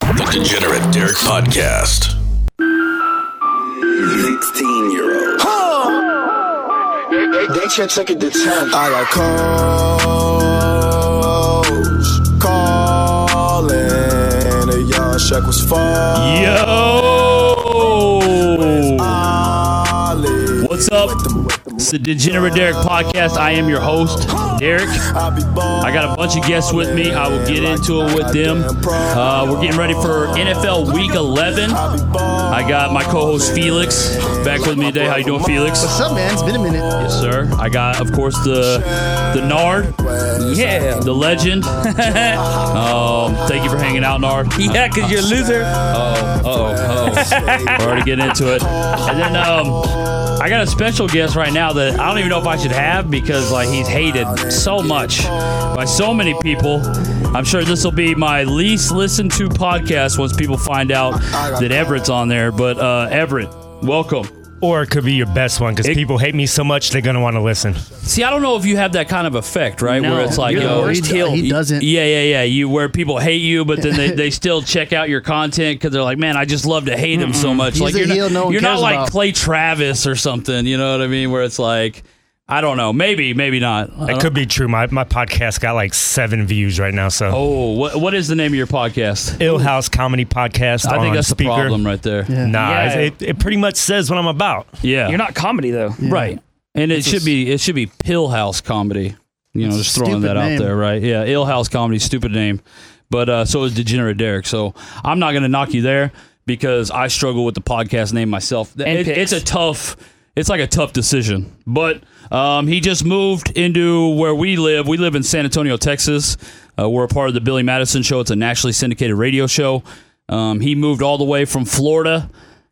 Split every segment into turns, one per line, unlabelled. The Degenerate Derek Podcast. 16 year old.
They should take it to town.
I got calls, calling, and y'all check was falling.
Yo! What's up? It's the Degenerate Derek podcast. I am your host, Derek. I got a bunch of guests with me. I will get into it with them. Uh, we're getting ready for NFL Week 11. I got my co-host Felix back with me today. How you doing, Felix?
What's up, man? It's been a minute.
Yes, sir. I got, of course, the the Nard. Yeah. The legend. um, thank you for hanging out, Nard.
Yeah, because you're a loser.
Oh, oh, oh. We're already getting into it. And then um, I got a special guest right now that I don't even know if I should have because like he's hated so much by so many people. I'm sure this will be my least listened to podcast once people find out that Everett's on there. But uh, Everett, welcome.
Or it could be your best one because
It-
people hate me so much they're gonna want to listen.
See, I don't know if you have that kind of effect, right?
No,
where it's like,
you're the
yo,
worst. He- he doesn't.
Yeah, yeah, yeah. You where people hate you, but then they, they still check out your content because they're like, man, I just love to hate him so much.
He's
like you're
a heel
not,
no one
you're not
cares
like
about.
Clay Travis or something. You know what I mean? Where it's like, I don't know, maybe, maybe not. I
That
don't-
could be true. My my podcast got like seven views right now. So
oh, what what is the name of your podcast?
Ill House Comedy Podcast.
I think
on
that's
speaker.
the problem right there. Yeah,
Nah,
Yeah.
it, it pretty much says what I'm about.
You're not comedy though.
right. And it should be it should be Pill House Comedy. You know,
It's a
just throwing
stupid
that
name.
out there, right? Yeah, Ill House Comedy, stupid name. But uh, so is Degenerate Derek. So I'm not going to knock you there because I struggle with the podcast name myself. It-
picks.
it's a tough, it's like a tough decision. But um, he just moved into where we live. We live in San Antonio, Texas. Uh, we're a part of the Billy Madison Show. It's a nationally syndicated radio show. Um, he moved all the way from Florida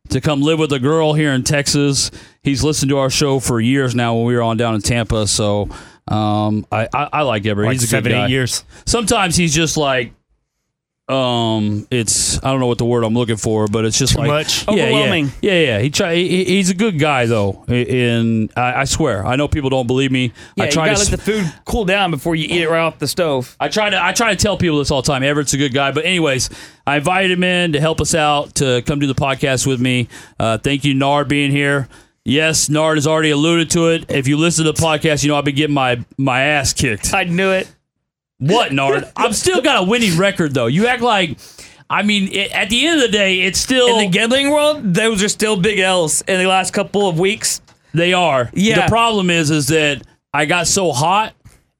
to come live with a girl here in Texas. He's listened to our show for years now when we were on down in Tampa. So um, I, I, I like Everett.
Like
He's a
seven,
good guy.
eight years.
Sometimes he's just like, um, it's I don't know what the word I'm looking for, but it's just
Too
like
much.
Yeah, yeah.
Overwhelming.
Yeah, yeah. He try. He, he's a good guy though. And I, I swear, I know people don't believe me.
Yeah,
I
you
try
gotta
to.
let
s-
the food cool down before you eat it right off the stove.
I try to I try to tell people this all the time. Everett's a good guy, but anyways, I invited him in to help us out to come do the podcast with me. Uh, thank you, Nard, being here. Yes, Nard has already alluded to it. If you listen to the podcast, you know I've been getting my my ass kicked.
I knew it.
What, Nard? I'm still got a winning record though. You act like, I mean, it, at the end of the day, it's still
In the gambling world, those are still big L's in the last couple of weeks.
They are.
Yeah.
The problem is, is that I got so hot,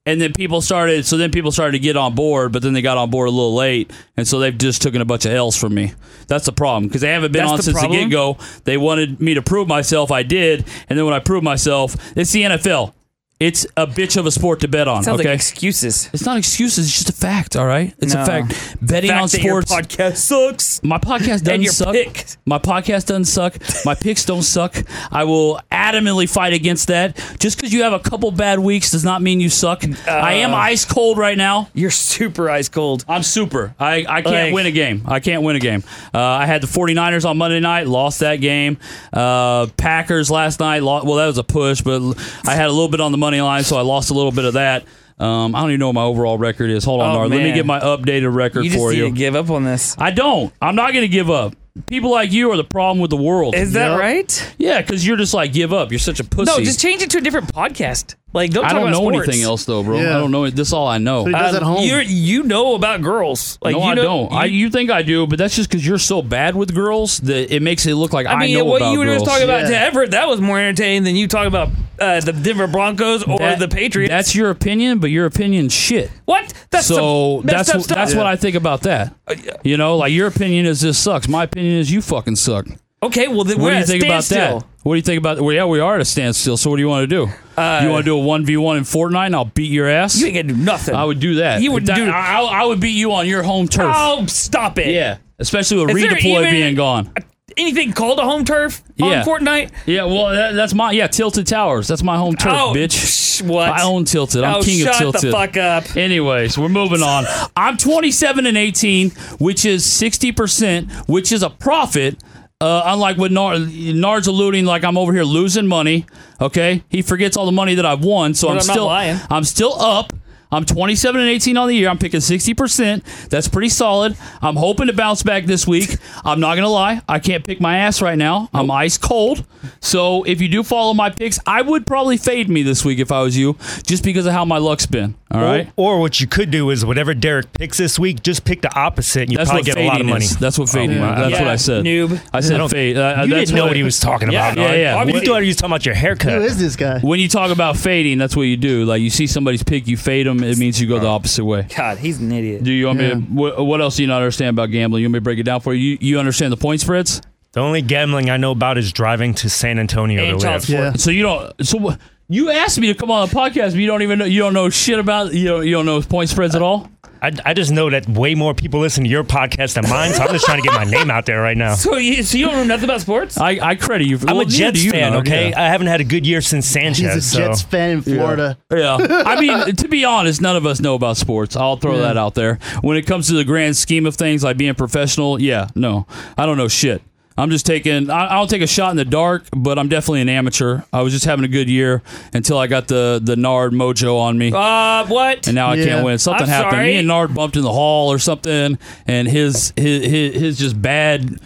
and then people started. So then people started to get on board, but then they got on board a little late, and so they've just taken a bunch of L's from me. That's the problem because they haven't been
That's
on
the
since the
problem?
get go. They wanted me to prove myself. I did, and then when I proved myself, it's the NFL. It's a bitch of a sport to bet on.
Sounds
okay.
like excuses.
it's not excuses. It's just a fact. All right. It's
No.
a fact. Betting
Fact
on
that your
sports.
podcast sucks.
My podcast doesn't
your
suck.
pick.
My podcast doesn't suck. My picks don't suck. I will adamantly fight against that. Just because you have a couple bad weeks does not mean you suck. I
Uh.
am ice cold right now.
You're super ice cold.
I'm super. I, I can't
Like-
win a game. I can't win a game. Uh, I had the 49ers on Monday night, lost that game. Uh, Packers last night, lost, well, that was a push, but I had a little bit on the money line, so I lost a little bit of that. Um, I don't even know what my overall record is. Hold on,
Oh,
Nard. Let me
man.
get my updated record
You just
for
need
you.
to give up on this.
I don't. I'm not going to give up. People like you are the problem with the world.
Is that right?
yeah, because you're just like give up. You're such a pussy.
No, just change it to a different podcast. Like don't.
I
talk
don't
about
know
sports.
anything else though, bro.
Yeah.
I don't know. This is all I know.
He
I,
does
Um,
at home.
You're, you know about girls. Like
no,
you
I
know,
don't.
You,
I, you think I do, but that's just because you're so bad with girls that it makes it look like I,
I mean,
know
what
about
you were
girls.
just talking about to
Yeah.
Everett, that was more entertaining than you talking about uh, the Denver Broncos or
That-
the Patriots.
That's your opinion, but your opinion's shit.
what? That's
so
some messed
that's
up
wh-
stuff.
that's what I think about that.
yeah.
You know, like your opinion is this sucks. My opinion is you fucking suck.
Okay, well then
What
we're
do you
at a
think about
standstill.
that? What do you think about? Well, yeah, we are at a standstill. So what do you want to do? you want to do a one v one in Fortnite? And I'll beat your ass.
Uh, You ain't gonna do nothing.
I would do that.
You would
That-
do-
I, I would beat you on your home turf.
Oh, stop it.
Yeah, especially with
Is there
redeploy
even-
being gone.
Anything called a home turf
Yeah.
on Fortnite?
Yeah, well, that, that's my yeah Tilted Towers. That's my home turf,
Oh,
bitch.
psh, what?
I own Tilted. I'm
oh,
king
shut
of Tilted.
the fuck up.
Anyways, we're moving on. I'm 27 and 18, which is 60%, which is a profit. Uh, unlike what Nar- Nard's alluding, like I'm over here losing money. Okay, he forgets all the money that I've won, so I'm,
But I'm not
still
lying.
I'm still up. I'm 27 and 18 on the year. I'm picking 60%. That's pretty solid. I'm hoping to bounce back this week. I'm not going to lie. I can't pick my ass right now. I'm ice cold. So if you do follow my picks, I would probably fade me this week if I was you, just because of how my luck's been. All right.
Or, or what you could do is whatever Derek picks this week, just pick the opposite and you
That's
probably
what
get a lot of
fading
money.
is. That's what fading is.
Oh, wow.
That's
Yeah,
what I said.
noob.
I
I
said
don't-
fade. Uh,
you
that's
didn't know what
I-
he was talking about.
Yeah,
Nard.
yeah, yeah.
You thought he was talking about your haircut.
Who is this guy?
When you talk about fading, that's what you do. Like you see somebody's pick, you fade them. It means you go the opposite way.
God, he's an idiot.
Do you want me? To, what, what else do you not understand about gambling? You want me to break it down for you? You, you understand the point spreads,
The only gambling I know about is driving to San Antonio
And
to live.
child support.
Yeah.
so you don't. So what- you asked me to come on the podcast, but you don't even know. You don't know shit about. You don't, you don't know point spreads
Uh,
at all.
I, I just know that way more people listen to your podcast than mine, so I'm just trying to get my name out there right now.
So you, so you don't know nothing about sports?
I, I credit you. For,
I'm
well,
a
neither do
Jets
you
fan,
know,
okay?
yeah.
I haven't had a good year since Sanchez.
He's a
so.
Jets fan in Florida.
Yeah. I mean, to be honest, none of us know about sports. I'll throw that out there. When it comes to the grand scheme of things, like being professional, yeah, no, I don't know shit. I'm just taking. I- I'll take a shot in the dark, but I'm definitely an amateur. I was just having a good year until I got the the Nard mojo on me,
uh, what?
and now I
yeah.
can't win. Something
I'm
happened.
sorry.
Me and Nard bumped in the hall or something, and his his his, his just bad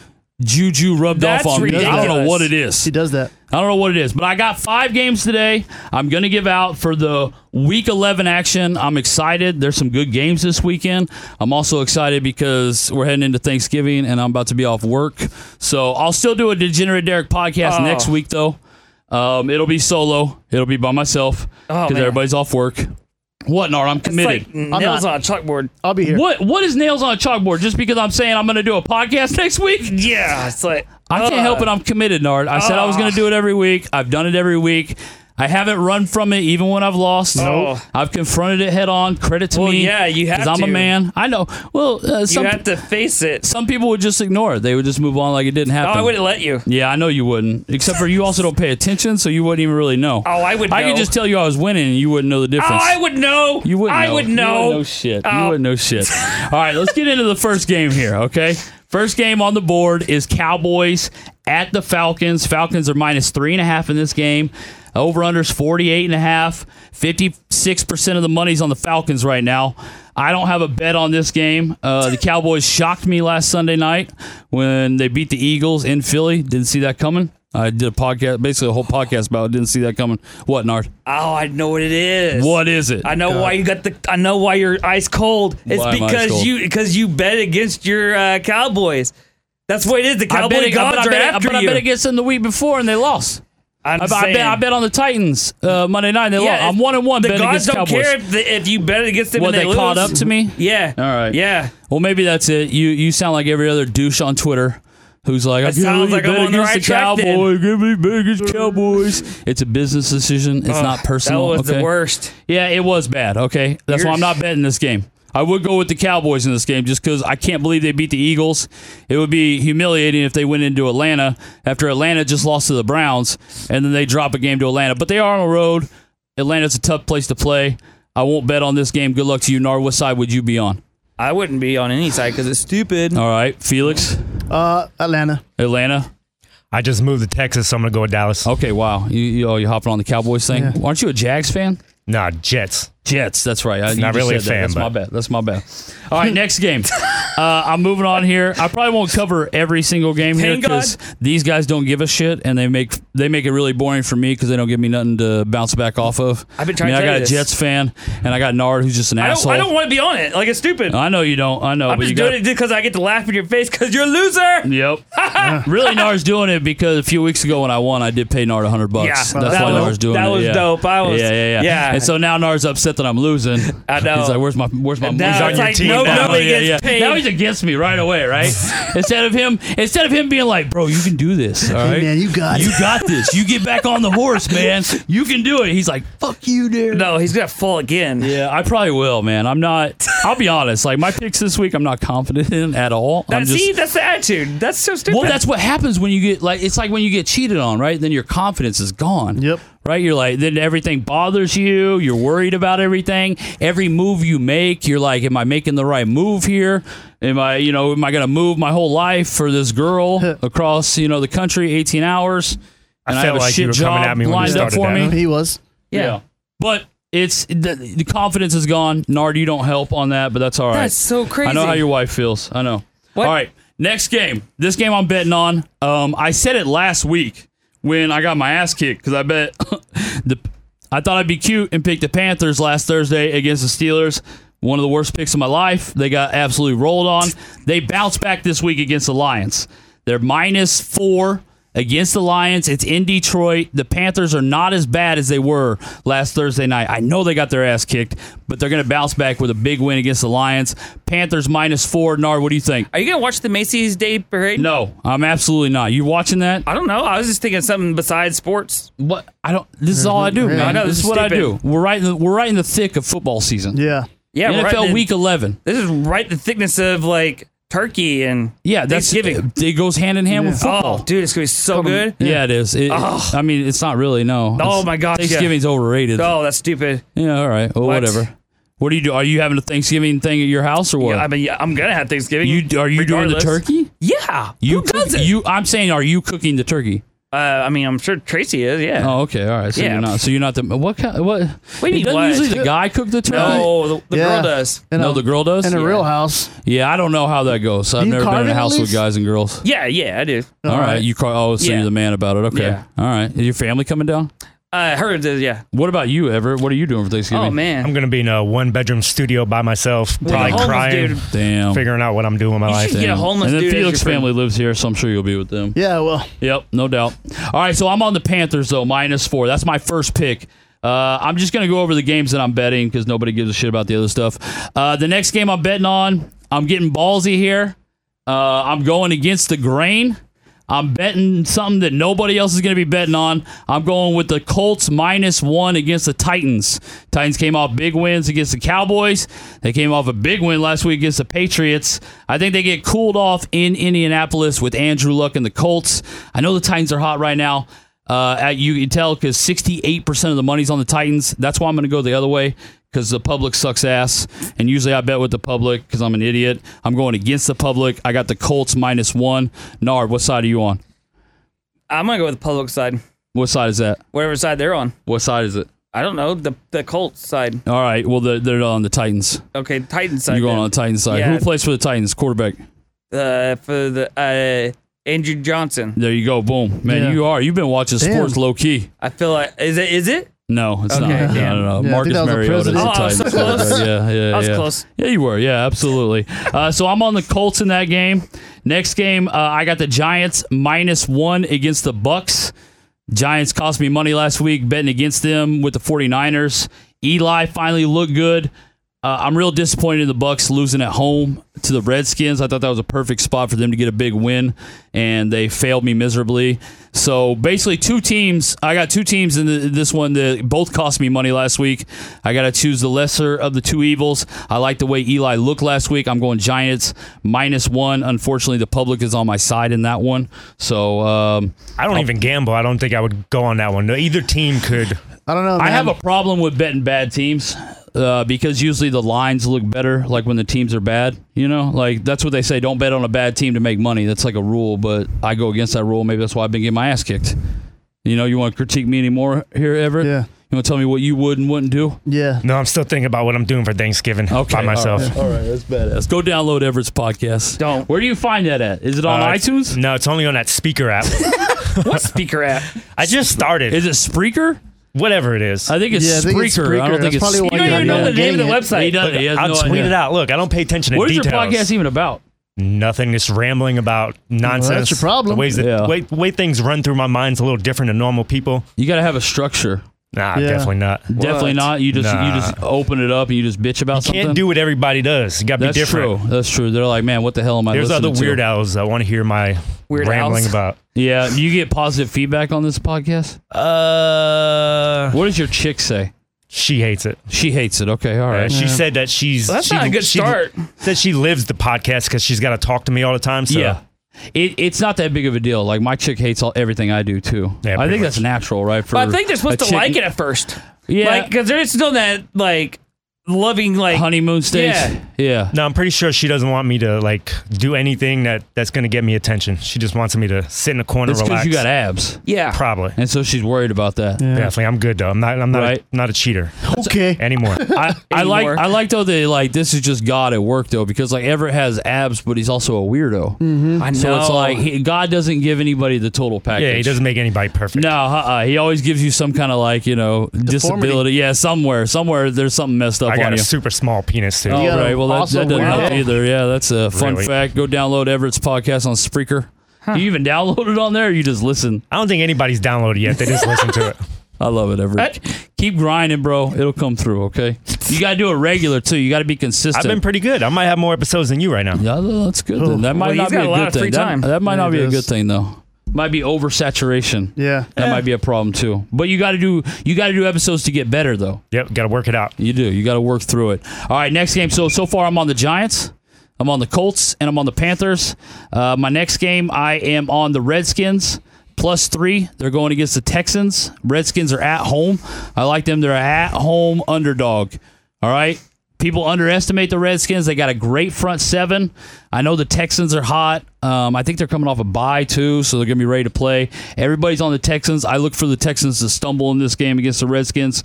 juju rubbed
That's
off on me. I don't know
ridiculous.
what it is.
He does that.
I don't know what it is, but I got five games today. I'm going to give out for the week 11 action. I'm excited. There's some good games this weekend. I'm also excited because we're heading into Thanksgiving and I'm about to be off work. So I'll still do a Degenerate Derek podcast
Oh.
next week, though. Um, it'll be solo, it'll be by myself
Oh,
because
man.
everybody's off work. What, Nard? I'm
it's
committed.
like nails on a chalkboard.
I'll be here.
what what is nails on a chalkboard? Just because I'm saying I'm going to do a podcast next week?
Yeah, it's like
I can't
uh,
help it. I'm committed, Nard. I said I was going to do it every week. I've done it every week. I haven't run from it, even when I've lost.
No.
I've confronted it head on. Credit to
Well,
me.
yeah, you have
'cause I'm a
to.
man. I know. Well, uh,
You
some
have to face it.
some people would just ignore it. They would just move on like it didn't
Oh,
happen.
I wouldn't let you.
yeah, I know you wouldn't. Except for you also don't pay attention, so you wouldn't even really know.
Oh, I would
I could
know.
just tell you I was winning, and you wouldn't know the
Oh,
difference.
I would know.
You wouldn't.
I
know.
would
You
know.
wouldn't know shit. You
Oh.
wouldn't know shit. All right, let's get into the first game here. Okay, first game on the board is Cowboys at the Falcons. Falcons are minus three and a half in this game. Over unders 48 and a half. 56% of the money's on the Falcons right now. I don't have a bet on this game. Uh, the Cowboys shocked me last Sunday night when they beat the Eagles in Philly. Didn't see that coming. I did a podcast, basically a whole podcast about it. Didn't see that coming. What, Nard?
Oh, I know what it is.
What is it?
I know why you got the. I know why you're ice cold. It's
Why am I ice
because
cold?
you because you bet against your uh, Cowboys. That's what it is. The
I bet,
Cowboy
it- but
gods
I
are
bet,
after
but I
you.
bet against them the week before and they lost.
I'm
I, I bet,
saying.
I bet on the Titans uh, Monday night and they
Yeah,
lost. I'm one and one
The
betting
gods
against
don't
Cowboys.
care if, the, if you bet against them.
What,
and they,
they caught
lose.
up to me?
Yeah.
All right.
Yeah.
Well, maybe that's it. You you sound like every other douche on Twitter who's like, I can't
sounds
believe
like
you
I'm
bet
on the
against
right track then.
Cowboys. Give me bet against Cowboys. It's a business decision. It's
Ugh,
not personal.
That was
okay?
the worst.
Yeah, it was bad. Okay, that's why
You're-
I'm not betting this game. I would go with the Cowboys in this game just because I can't believe they beat the Eagles. It would be humiliating if they went into Atlanta after Atlanta just lost to the Browns and then they drop a game to Atlanta. But they are on the road. Atlanta's a tough place to play. I won't bet on this game. Good luck to you, Nar. What side would you be on?
I wouldn't be on any side because it's stupid.
All right, Felix,
Uh, Atlanta.
Atlanta.
I just moved to Texas, so I'm going to go with Dallas.
Okay, wow. You, you oh, you hopping on the Cowboys thing? Aren't you a Jags fan?
Nah, Jets.
Jets. That's right. I, you
Not
just said
really a
that.
fan,
That's
but-
my bad. That's my bad. All right, next game. Uh, I'm moving on here. I probably won't cover every single game here
Thank God.
because these guys don't give a shit, and they make they make it really boring for me because they don't give me nothing to bounce back off of.
I've been trying
I mean,
to
I
tell
got
you
a
this.
Jets fan, and I got Nard, who's just an
I don't.
asshole.
I don't want to be on it. Like it's stupid.
I know you don't. I know,
I'm
but
just
you
doing
got.
it because I get to laugh in your face because you're a loser.
Yep. really, Nard's doing it because a few weeks ago when I won, I did pay Nard hundred bucks.
Yeah,
That's
that
why
was-
Nard's doing
that
it.
was
yeah.
dope. I was-
yeah, yeah, yeah,
yeah.
And so now Nard's upset upset that I'm losing.
I know.
He's like, where's my where's my
And
money?
now
He's on
it's
your
like
team
no,
now.
nobody
yeah,
gets
yeah.
paid.
Now he's against me right away, right? instead of him, instead of him being like, "Bro, you can do this, all right?
man, you got
you
it."
got this. You get back on the horse, man. You can do it." He's like, "Fuck you, dude."
no, he's gonna fall again.
Yeah, I probably will, man. I'm not. I'll be honest. Like my picks this week, I'm not confident in at all. I'm
That,
just-
see, that's the attitude. That's so stupid.
well, that's what happens when you get like it's like when you get cheated on, right? Then your confidence is gone.
Yep.
Right? You're like then everything bothers you. You're worried about everything. Every move you make, you're like, am I making the right move here? Am I, you know, am I going to move my whole life for this girl across, you know, the country 18 hours? And I,
felt
have a
like you
shit
were
job
coming at me when you
lined up
started
for
that.
me.
He was.
Yeah. But it's the, the confidence is gone. Nard, you don't help on that, but that's all right.
That's so crazy.
I know how your wife feels. I know.
What?
All right. Next game. This game I'm betting on. Um, I said it last week when I got my ass kicked because I bet the. I thought I'd be cute and pick the Panthers last Thursday against the Steelers. One of the worst picks of my life. They got absolutely rolled on. They bounced back this week against the Lions. They're minus four against the Lions. It's in Detroit. The Panthers are not as bad as they were last Thursday night. I know they got their ass kicked, but they're going to bounce back with a big win against the Lions. Panthers minus four. Nard, what do you think?
Are you gonna watch the Macy's Day Parade?
No, I'm absolutely not. You watching that?
I don't know. I was just thinking something besides sports.
What? I don't. This is all I do. man.
I know,
This, is
this is
what I do.
stupid.
We're right. In the, we're right in the thick of football season.
Yeah.
Yeah, we're
NFL
right in-
Week 11.
This is right the thickness of like turkey and
Yeah, that's
Thanksgiving.
It, goes hand in hand with football.
Oh, dude, it's gonna be so good.
Yeah, it is. It, I mean, it's not really. No.
Oh,
It's-
my gosh, yeah.
Thanksgiving's overrated.
Oh, that's stupid.
Yeah. All right. Well,
What?
whatever. What do you do? Are you having a Thanksgiving thing at your house or what?
Yeah, I mean, yeah, I'm gonna have Thanksgiving.
you are you
regardless.
doing the turkey?
Yeah.
You
Who does
cook-
it?
You. I'm saying, are you cooking the turkey?
uh, I mean, I'm sure Tracy is. Yeah.
Oh, okay. All right. So
Yeah.
you're not. So you're not the what? Kind, what?
do you
It
mean,
doesn't
what?
usually the guy cook the turkey?
No, the, the
Yeah.
girl does.
In
No, the girl does?
In a
Yeah.
real house.
Yeah, I don't know how that goes. I've
you
never been
carve
in
it
a
at
house with
least?
guys and girls.
Yeah, yeah, I do.
All right. you call. Oh, so
Yeah.
you're the man about it. Okay.
Yeah.
All right. Is your family coming down?
Uh, her does. Yeah.
What about you, Everett? What are you doing for Thanksgiving?
Oh man.
I'm gonna be in a one bedroom studio by myself,
a
probably
homeless
crying,
dude.
Damn.
figuring out what I'm doing with my
You
life.
should get a
Damn.
homeless
and then
dude. as
Felix
your friend.
family lives here, so I'm sure you'll be with them.
Yeah, well,
Yep, no doubt. All right, so I'm on the Panthers though, minus four. That's my first pick. Uh, I'm just gonna go over the games that I'm betting because nobody gives a shit about the other stuff. Uh, the next game I'm betting on, I'm getting ballsy here. Uh, I'm going against the grain. I'm betting something that nobody else is going to be betting on. I'm going with the Colts minus one against the Titans. Titans came off big wins against the Cowboys. They came off a big win last week against the Patriots. I think they get cooled off in Indianapolis with Andrew Luck and the Colts. I know the Titans are hot right now. Uh, at, you can tell because 68% of the money's on the Titans. That's why I'm going to go the other way because the public sucks ass. And usually I bet with the public because I'm an idiot. I'm going against the public. I got the Colts minus one. Nard, what side are you on?
I'm gonna go with the public side,
What side is that?
whatever side they're on.
What side is it?
I don't know the the Colts side.
All right. Well, they're, they're on the Titans.
Okay, Titans side.
You're going
then.
on the Titans side.
Yeah.
Who plays for the Titans? Quarterback.
uh, for the uh, Andrew Johnson.
There you go. Boom. Man,
Yeah.
you are. You've been watching
Damn.
sports low key.
I feel like is it is it?
No, it's
Okay,
not.
damn.
No, no, no.
Yeah, I
Marcus
think that was a
Mariota is the
president.
Oh, I was
Titans.
so close.
Yeah, yeah,
I was
yeah.
close.
Yeah, you were. Yeah, absolutely. Uh, so I'm on the Colts in that game. Next game, uh, I got the Giants minus one against the Bucks. Giants cost me money last week betting against them with the 49ers. Eli finally looked good. Uh, I'm real disappointed in the Bucks losing at home to the Redskins. I thought that was a perfect spot for them to get a big win, and they failed me miserably. So basically, two teams. I got two teams in the, this one that both cost me money last week. I got to choose the lesser of the two evils. I like the way Eli looked last week. I'm going Giants minus one. Unfortunately, the public is on my side in that one. So um,
I don't even gamble. I don't think I would go on that one. No, either team could.
I don't know.
I
man.
have a problem with betting bad teams uh, because usually the lines look better, like when the teams are bad. You know, like that's what they say: don't bet on a bad team to make money. That's like a rule, but I go against that rule. Maybe that's why I've been getting my ass kicked. You know, you want to critique me anymore here, Everett?
Yeah.
You want to tell me what you would and wouldn't do?
Yeah.
No, I'm still thinking about what I'm doing for Thanksgiving
Okay,
by myself.
All right, that's badass. Go download Everett's podcast.
Don't.
Where do you find that at? Is it on
Uh,
iTunes?
No, it's only on that speaker app.
What speaker app?
I just started.
Is it Spreaker?
whatever it is.
I think it's,
Yeah, I think
Spreaker.
it's
I don't
Spreaker.
think
That's
it's.
probably why
Spreaker.
you
I
don't
don't
know
know
the
the
Yeah.
name of the
Yeah.
website.
He doesn't. He has
I'll
no
tweet
idea.
it out. Look, I don't pay attention to
What is your
details.
podcast even about?
Nothing. Just rambling about nonsense.
that's your problem.
The ways that
Yeah.
way, way things run through my mind's a little different than normal people.
You got to have a structure.
Nah,
Yeah.
definitely not.
Definitely not. You just you
Nah.
just open it up and you just bitch about something.
Can't do what everybody does. You got to be
That's
different.
true. That's true. They're like, man, what the hell am I?
There's other
listening to?
weird owls that want to hear my
Weird
rambling
owls?
about.
Yeah, do you get positive feedback on this podcast?
Uh,
What does your chick say?
she hates it.
She hates it. Okay, all
Uh,
right.
she said that she's.
Well, that's
she,
not a good
she
start.
Said she lives the podcast because she's got to talk to me all the time. So
Yeah. It, it's not that big of a deal. Like my chick hates all everything I do too.
Yeah,
I
pretty
think
much.
that's natural, right? For
But I think they're supposed
a
to
chick-
like it at first.
Yeah,
Like, because they're still in that, like, loving, like,
honeymoon stage.
Yeah.
yeah.
No, I'm pretty sure she doesn't want me to like do anything that that's gonna get me attention. She just wants me to sit in a corner,
It's because
relax.
you got abs,
yeah.
Probably.
and so she's worried about that.
Definitely, I'm good though. I'm not. I'm not.
Right.
A, not a cheater
Okay.
anymore.
I, I like
Anymore.
I like though that like this is just God at work though because like Everett has abs but he's also a weirdo.
Mm-hmm.
I know.
So it's like he, God doesn't give anybody the total package.
yeah, he doesn't make anybody perfect.
No, uh-uh. he always gives you some kind of like you know disability. Yeah, somewhere, somewhere there's something messed up
I
on
got a
you.
super small penis too.
All
Yeah,
right, well that,
also
that doesn't
weird.
help either. Yeah, that's a fun
Really.
fact. Go download Everett's podcast on Spreaker. Do you even download it on there? Or you just listen.
I don't think anybody's downloaded yet. They just listen to it.
I love it, Everett. Keep grinding, bro. It'll come through. Okay, you gotta do it regular too. You gotta be consistent.
I've been pretty good. I might have more episodes than you right now.
Yeah, tha- that's good. Then. That might
Well,
not
he's
be
got
a
a lot
good
of free
thing. That,
time.
that might
Yeah,
not
he
be a
does.
good thing though. Might be oversaturation.
Yeah.
That might be a problem too. But you got to do you got to do episodes to get better though.
Yep, got to work it out.
You do. You got to work through it. All right, next game. So so far I'm on the Giants. I'm on the Colts and I'm on the Panthers. Uh, my next game I am on the Redskins. Plus three, they're going against the Texans. Redskins are at home. I like them. They're a at home underdog. All right. People underestimate the Redskins. They got a great front seven. I know the Texans are hot. Um, I think they're coming off a bye too, so they're going to be ready to play. Everybody's on the Texans. I look for the Texans to stumble in this game against the Redskins.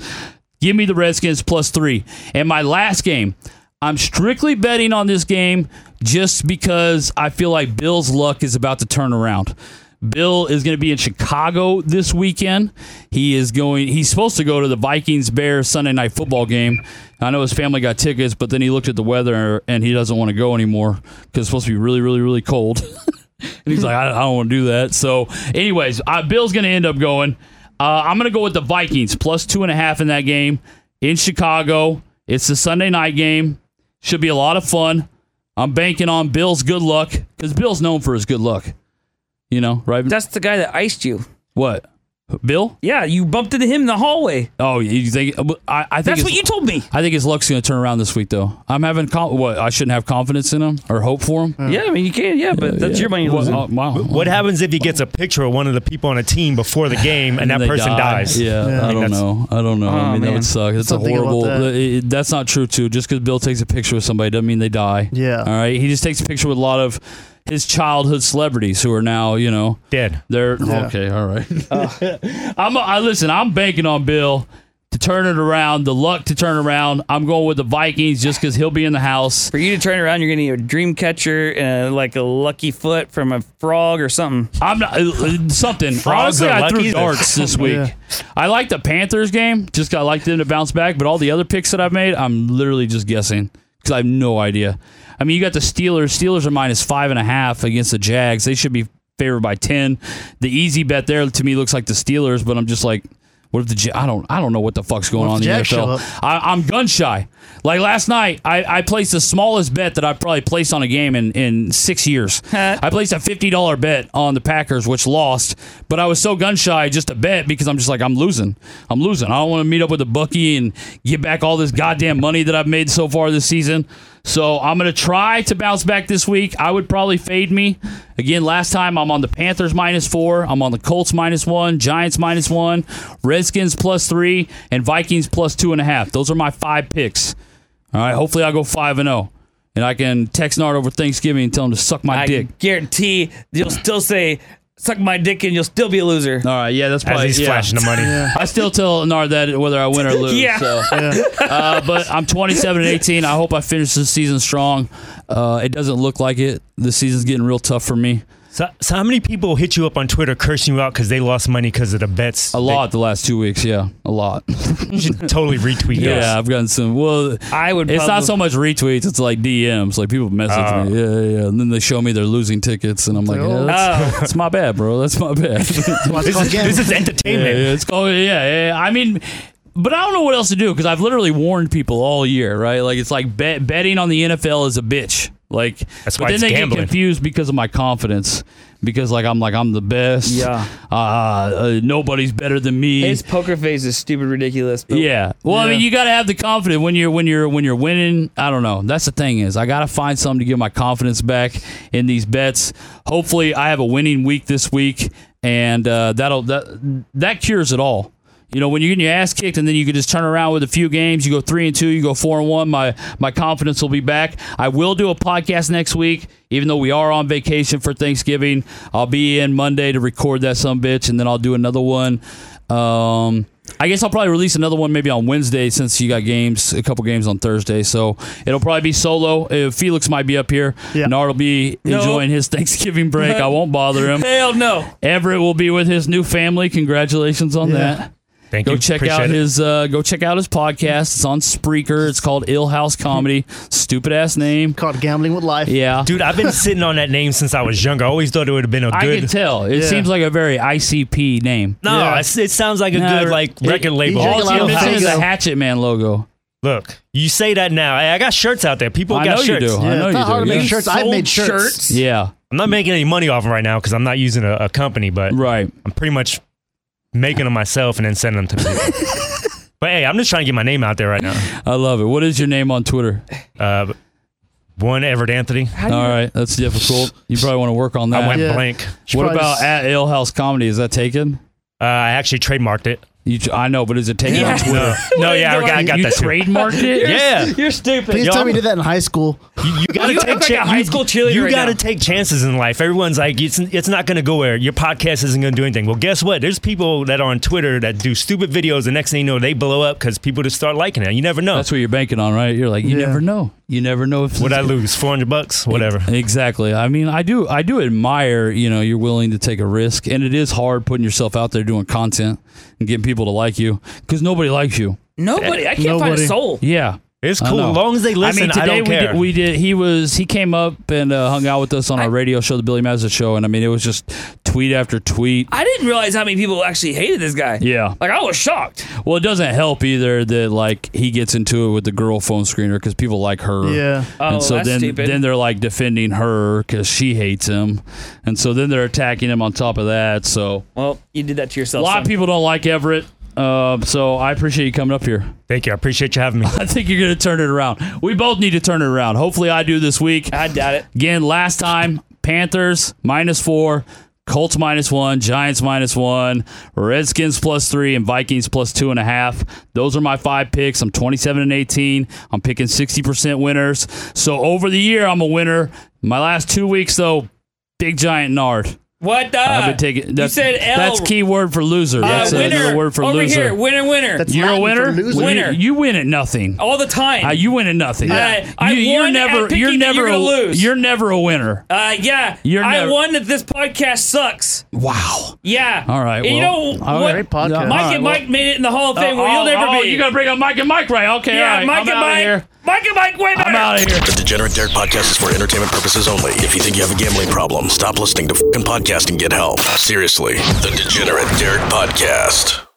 Give me the Redskins plus three. And my last game, I'm strictly betting on this game just because I feel like Bill's luck is about to turn around. Bill is going to be in Chicago this weekend. He is going. He's supposed to go to the Vikings Bears Sunday night football game. I know his family got tickets, but then he looked at the weather and he doesn't want to go anymore because it's supposed to be really, really, really cold. And he's like, I, I don't want to do that. So, anyways, uh, Bill's going to end up going. Uh, I'm going to go with the Vikings plus two and a half in that game in Chicago. It's a Sunday night game. Should be a lot of fun. I'm banking on Bill's good luck because Bill's known for his good luck. You know, right?
That's the guy that iced you.
what? Bill?
Yeah, you bumped into him in the hallway.
Oh, you think? I, I think
That's
his-
what you told me.
I think his luck's going to turn around this week, though. I'm having con- what? I shouldn't have confidence in him or hope for him.
Yeah, I mean, you can, yeah, but that's
Uh, Yeah.
your money. you're
Well,
losing.
oh, wow.
What happens if he gets a picture of one of the people on a team before the game and,
then
that
they
person
die.
dies?
Yeah,
Yeah.
I
Like,
don't
that's-
know. I don't know. I
Oh,
mean, that
man.
would suck. That's a
Something about
horrible.
that.
it- it- that's not true too. Just because Bill takes a picture with somebody doesn't mean they die.
Yeah.
All right. He just takes a picture with a lot of his childhood celebrities who are now, you know,
Dead. Uh.
they're okay. All right. I'm. I listen. I'm banking on Bill to turn it around. The luck to turn around. I'm going with the Vikings just because he'll be in the house.
For you to turn around, you're going to need a dream catcher and uh, like a lucky foot from a frog or something.
I'm not uh, uh, something.
Frogs
Honestly,
are
I threw
lucky.
darts this week.
Yeah.
I like the Panthers game. Just I like them to bounce back. But all the other picks that I've made, I'm literally just guessing because I have no idea. I mean, you got the Steelers. Steelers are minus five and a half against the Jags. They should be favored by ten. The easy bet there to me looks like the Steelers, but I'm just like. What if the Ja- I don't I don't know what the fuck's going
What
on in
if
the
the Jags show
NFL.
up?
I, I'm gun shy. Like last night, I, I placed the smallest bet that I've probably placed on a game in, in six years. I placed a fifty dollar bet on the Packers, which lost, but I was so gun shy just to bet because I'm just like I'm losing. I'm losing. I don't want to meet up with the Bucky and get back all this goddamn money that I've made so far this season. So I'm gonna try to bounce back this week. I would probably fade me. Again, last time I'm on the Panthers minus four. I'm on the Colts minus one, Giants minus one, Redskins plus three, and Vikings plus two and a half. Those are my five picks. All right. Hopefully, I'll go five and zero, and I can text Nard over Thanksgiving and tell him to suck my
I
dick.
guarantee you'll still say, suck my dick and you'll still be a loser.
All right. Yeah, that's
As
probably.
he's
yeah.
flashing the money.
I still tell Nard that whether I win or lose.
Yeah.
So. Uh, but I'm 27 and 18. I hope I finish this season strong. Uh, it doesn't look like it. The season's getting real tough for me.
So, so how many people hit you up on Twitter cursing you out because they lost money because of the bets?
A lot the last two weeks. Yeah, a lot.
They- you should totally retweet
Yeah,
us.
I've gotten some. Well,
I would.
it's not
probably- Uh.
so much retweets. It's like DMs. Like people message
Oh.
me. Yeah, yeah, yeah. And then they show me they're losing tickets, and I'm like,
Oh.
yeah, that's, that's my bad, bro. That's my bad.
Once
This is,
again,
this is
yeah,
entertainment.
yeah, it's called, yeah, yeah. I mean, but I don't know what else to do because I've literally warned people all year, right? Like it's like bet, betting on the NFL is a bitch. Like
That's
but
why
then
it's
they
gambling.
get confused because of my confidence. Because like I'm like I'm the best.
Yeah.
Uh, uh, nobody's better than me.
His poker face is stupid, ridiculous. But
Yeah. Well, I
Yeah.
mean, you got to have the confidence when you're when you're when you're winning. I don't know. That's the thing is, I got to find something to get my confidence back in these bets. Hopefully, I have a winning week this week, and uh, that'll that that cures it all. You know, when you're getting your ass kicked, and then you can just turn around with a few games. You go three and two, you go four and one. My my confidence will be back. I will do a podcast next week, even though we are on vacation for Thanksgiving. I'll be in Monday to record that some bitch, and then I'll do another one. Um, I guess I'll probably release another one maybe on Wednesday since you got games, a couple games on Thursday. So it'll probably be solo. Uh, Felix might be up here.
Yeah.
Nard will be
No.
enjoying his Thanksgiving break. I won't bother him.
Hell no.
Everett will be with his new family. Congratulations on
Yeah.
that.
Thank
Go
you.
check
Appreciate
out
it.
his uh, go check out his podcast. It's on Spreaker. It's called Ill House Comedy. Stupid ass name.
called gambling with life.
Yeah.
Dude, I've been sitting on that name since I was younger. I always thought it would have been a
I
good.
can tell. It
Yeah.
seems like a very ICP name.
no,
Yeah.
it's- it sounds like a
No,
good like record label.
you drink a
All
lot
it's
of
missing is a
Fago.
Hatchet Man logo.
Look, you say that now. Hey, I got shirts out there. People
I
got
know
shirts.
you do. I
Yeah,
know you
it's not hard
do.
to make
Yeah.
shirts. I've
Sold
made shirts.
yeah.
I'm not making any money off them right now because I'm not using a, a company, but
Right.
I'm pretty much making them myself and then sending them to people. but hey, I'm just trying to get my name out there right now.
I love it. What is your name on Twitter?
Uh, one Everett Anthony.
All right, that's difficult. You probably want to work on that.
I went
Yeah.
blank.
what
probably
about
just-
at Ale House Comedy? Is that taken?
Uh, I actually trademarked it.
You, I know, but is it taken on Twitter?
No, no, yeah, I got, I got
you
that. too.
trademarked it.
Yeah,
You're stupid.
Please
Yo,
tell
I'm-
me you did that in high school.
you, you gotta
You act
take
like a
chan-
high
you-
school cheerleader
You
right
gotta
now.
take chances in life. Everyone's like, it's it's not gonna go where. Your podcast isn't gonna do anything. Well, guess what? There's people that are on Twitter that do stupid videos. The next thing you know, they blow up because people just start liking it. You never know.
That's what you're banking on, right? You're like, you
Yeah.
never know. You never know if
what
it's-
I lose, four hundred bucks, whatever.
Exactly. I mean, I do. I do admire. You know, you're willing to take a risk, and it is hard putting yourself out there doing content and getting people to like you because nobody likes you.
Nobody. I can't find
Nobody.
a soul.
Yeah.
It's
I
cool
know.
as long as they listen. I,
I mean, today
don't
we
care.
did. We did. He was. He came up and uh, hung out with us on our
I-
radio show, the Billy Mazza Show, and I mean, it was just tweet after tweet.
I didn't realize how many people actually hated this guy.
Yeah.
Like I was shocked.
Well, it doesn't help either that like he gets into it with the girl phone screener because people like her.
Yeah.
Oh,
and so
that's
then
stupid.
then they're like defending her because she hates him, and so then they're attacking him on top of that. So
Well, you did that to
a
yourself.
lot of
son.
people don't like Everett. Uh, so I appreciate you coming up here.
Thank you. I appreciate you having me.
I think you're gonna turn it around. We both need to turn it around. Hopefully, I do this week.
I doubt it.
Again, last time, Panthers minus four, Colts minus one, Giants minus one, Redskins plus three, and Vikings plus two and a half. Those are my five picks. I'm 27 and 18. I'm picking 60% winners. So over the year, I'm a winner. My last two weeks, though, big giant nard.
What the?
I've been taking.
Uh, you
That's,
said L.
That's keyword for loser.
Uh,
That's
winner.
another word for
Over
loser.
here. Winner, winner.
That's
You're a
Latin for
winner.
loser.
You-
Winner.
You, win at nothing.
All the time.
Uh, you win at nothing.
Yeah. I- I
you,
won
are
at
never.
picking
you're
that
never
you're
a,
gonna lose.
You're never a winner.
uh, yeah.
You're
I
never-
won that this podcast sucks.
Wow.
Yeah.
All right.
And
Well,
you know
all
what?
right,
podcast.
All
Mike
right,
and
well-
Mike made it in the Hall of Fame where
Oh,
you'll never
oh,
be.
You're gonna bring up Mike and Mike, right? Okay.
yeah,
all right.
Mike
I'm
and
outta
Mike.
Here.
Mike and Mike winner.
I'm out of here.
The Degenerate Derek podcast is for entertainment purposes only. If you think you have a gambling problem, stop listening to fucking podcast and get help. Seriously. The Degenerate Derek podcast.